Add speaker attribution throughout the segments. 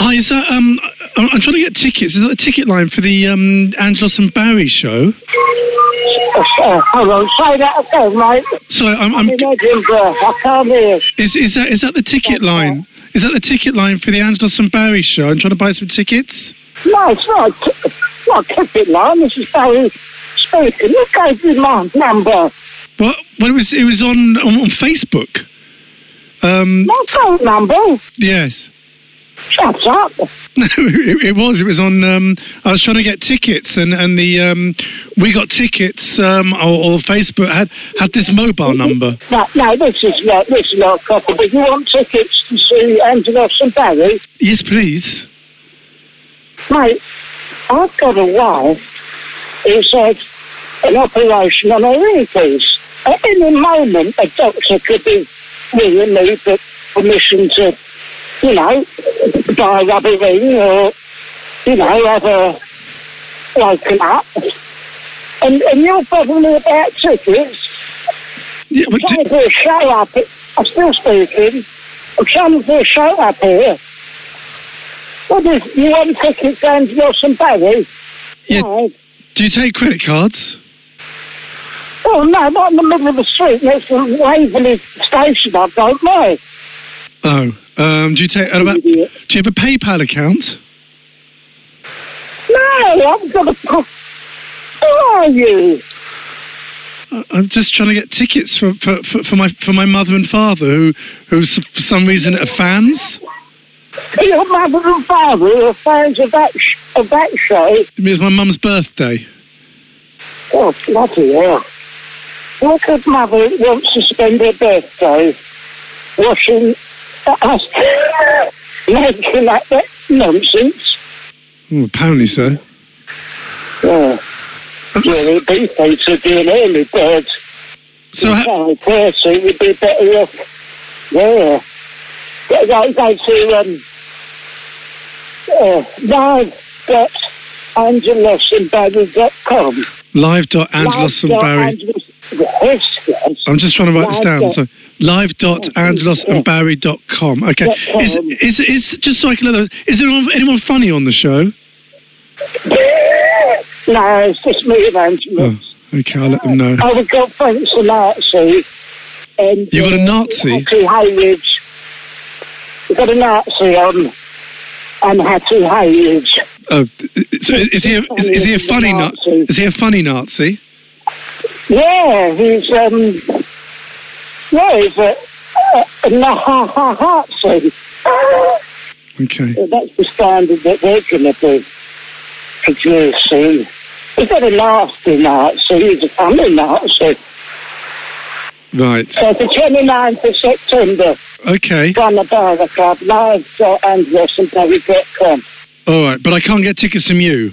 Speaker 1: Hi, is that um? I- I'm trying to get tickets. Is that the ticket line for the um Angelos and Barry show?
Speaker 2: Uh, hold on, say that again, mate.
Speaker 1: So I'm. I'm
Speaker 2: Imagine, bro. I can't hear.
Speaker 1: is is that is that the ticket line? Is that the ticket line for the Angelos and Barry show? I'm trying to buy some tickets.
Speaker 2: No, it's not. a t- Not a ticket line. This is Barry speaking. Who gave you my number?
Speaker 1: What? What it was? It was on on, on Facebook.
Speaker 2: My phone number?
Speaker 1: Yes.
Speaker 2: Shut up.
Speaker 1: No, it, it was. It was on. Um, I was trying to get tickets, and and the um, we got tickets. Um, or, or Facebook had had this mobile number.
Speaker 2: No, no, this is not. This is not proper. But you want tickets to see Angelos and Barry,
Speaker 1: Yes, please.
Speaker 2: mate? I've got a wife who's had an operation on her earpiece. At any moment, a doctor could be ringing me for permission to, you know, buy a rubber ring or, you know, have a broken up. And, and you're bugging me about tickets.
Speaker 1: Yeah, but
Speaker 2: Trying
Speaker 1: t-
Speaker 2: to do a show up. I'm still speaking. I'm trying to do a show up here. What is you want tickets down to Nelson Barry?
Speaker 1: Yeah.
Speaker 2: No.
Speaker 1: do you take credit cards?
Speaker 2: Oh no, not in the middle of the street next to Waverley Station. I don't know.
Speaker 1: Oh, um, do you take? What about, do you
Speaker 2: Idiot.
Speaker 1: have a PayPal account?
Speaker 2: No, I've got a. pro- Who are you?
Speaker 1: I- I'm just trying to get tickets for, for, for, for my for my mother and father who who s- for some reason are fans.
Speaker 2: Are Your mother and father who are fans of that sh- of that show.
Speaker 1: It was my mum's birthday.
Speaker 2: Oh bloody hell! What good mother wants to spend her birthday washing us, making like that nonsense?
Speaker 1: Oh, apparently so.
Speaker 2: Yeah,
Speaker 1: Um,
Speaker 2: really, people to Oh, be an early bird.
Speaker 1: So
Speaker 2: Yeah,
Speaker 1: ha-
Speaker 2: of course, it would be better off. Yeah. But they go to, um, uh, live.angelosandbarry.com.
Speaker 1: live.angelos and Barry.
Speaker 2: Live.angelos- Yes, yes.
Speaker 1: I'm just trying to write this down.
Speaker 2: Live.
Speaker 1: So live.angelosandbarry.com. Okay.
Speaker 2: Dot
Speaker 1: Is
Speaker 2: com.
Speaker 1: is is just so I can let those, is there anyone- anyone funny on the show?
Speaker 2: No, it's just me and
Speaker 1: Oh,
Speaker 2: Angelos.
Speaker 1: okay, I'll let them know.
Speaker 2: Oh. I've got friends a Nazi. And,
Speaker 1: You got a
Speaker 2: uh,
Speaker 1: Nazi?
Speaker 2: Hattie Hayridge. We've got a Nazi on, on Hattie Hayridge.
Speaker 1: Oh, so is he a, is, is he a funny Nazi? Is he a funny Nazi?
Speaker 2: Yeah, he's um, yeah, he's a, a, a Nazi.
Speaker 1: Okay.
Speaker 2: That's the standard that they're going to be producing. He's got a nasty Nazi. He's a funny Nazi.
Speaker 1: Right.
Speaker 2: So the 29th of September,
Speaker 1: Okay.
Speaker 2: Gunner Barber Club, live and com.
Speaker 1: All right, but I can't get tickets from you.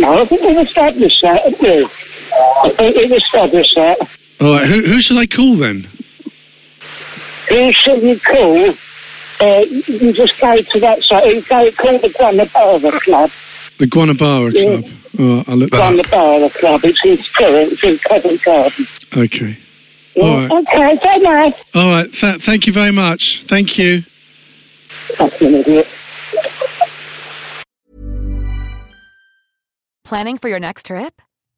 Speaker 2: No, I think we've established that, haven't we? I think we've established that.
Speaker 1: All right, who, who should I call then?
Speaker 2: He shouldn't call. Uh, you just go to that site. You go call the Guanabara Club.
Speaker 1: The Guanabara
Speaker 2: Yeah.
Speaker 1: Club. All right, I'll look.
Speaker 2: Guanabara Club. It's in Spirit. It's in Covent Garden.
Speaker 1: Okay.
Speaker 2: Yeah.
Speaker 1: All right.
Speaker 2: Okay, don't know.
Speaker 1: All right. Th- thank you very much. Thank you.
Speaker 2: Fucking idiot.
Speaker 3: Planning for your next trip?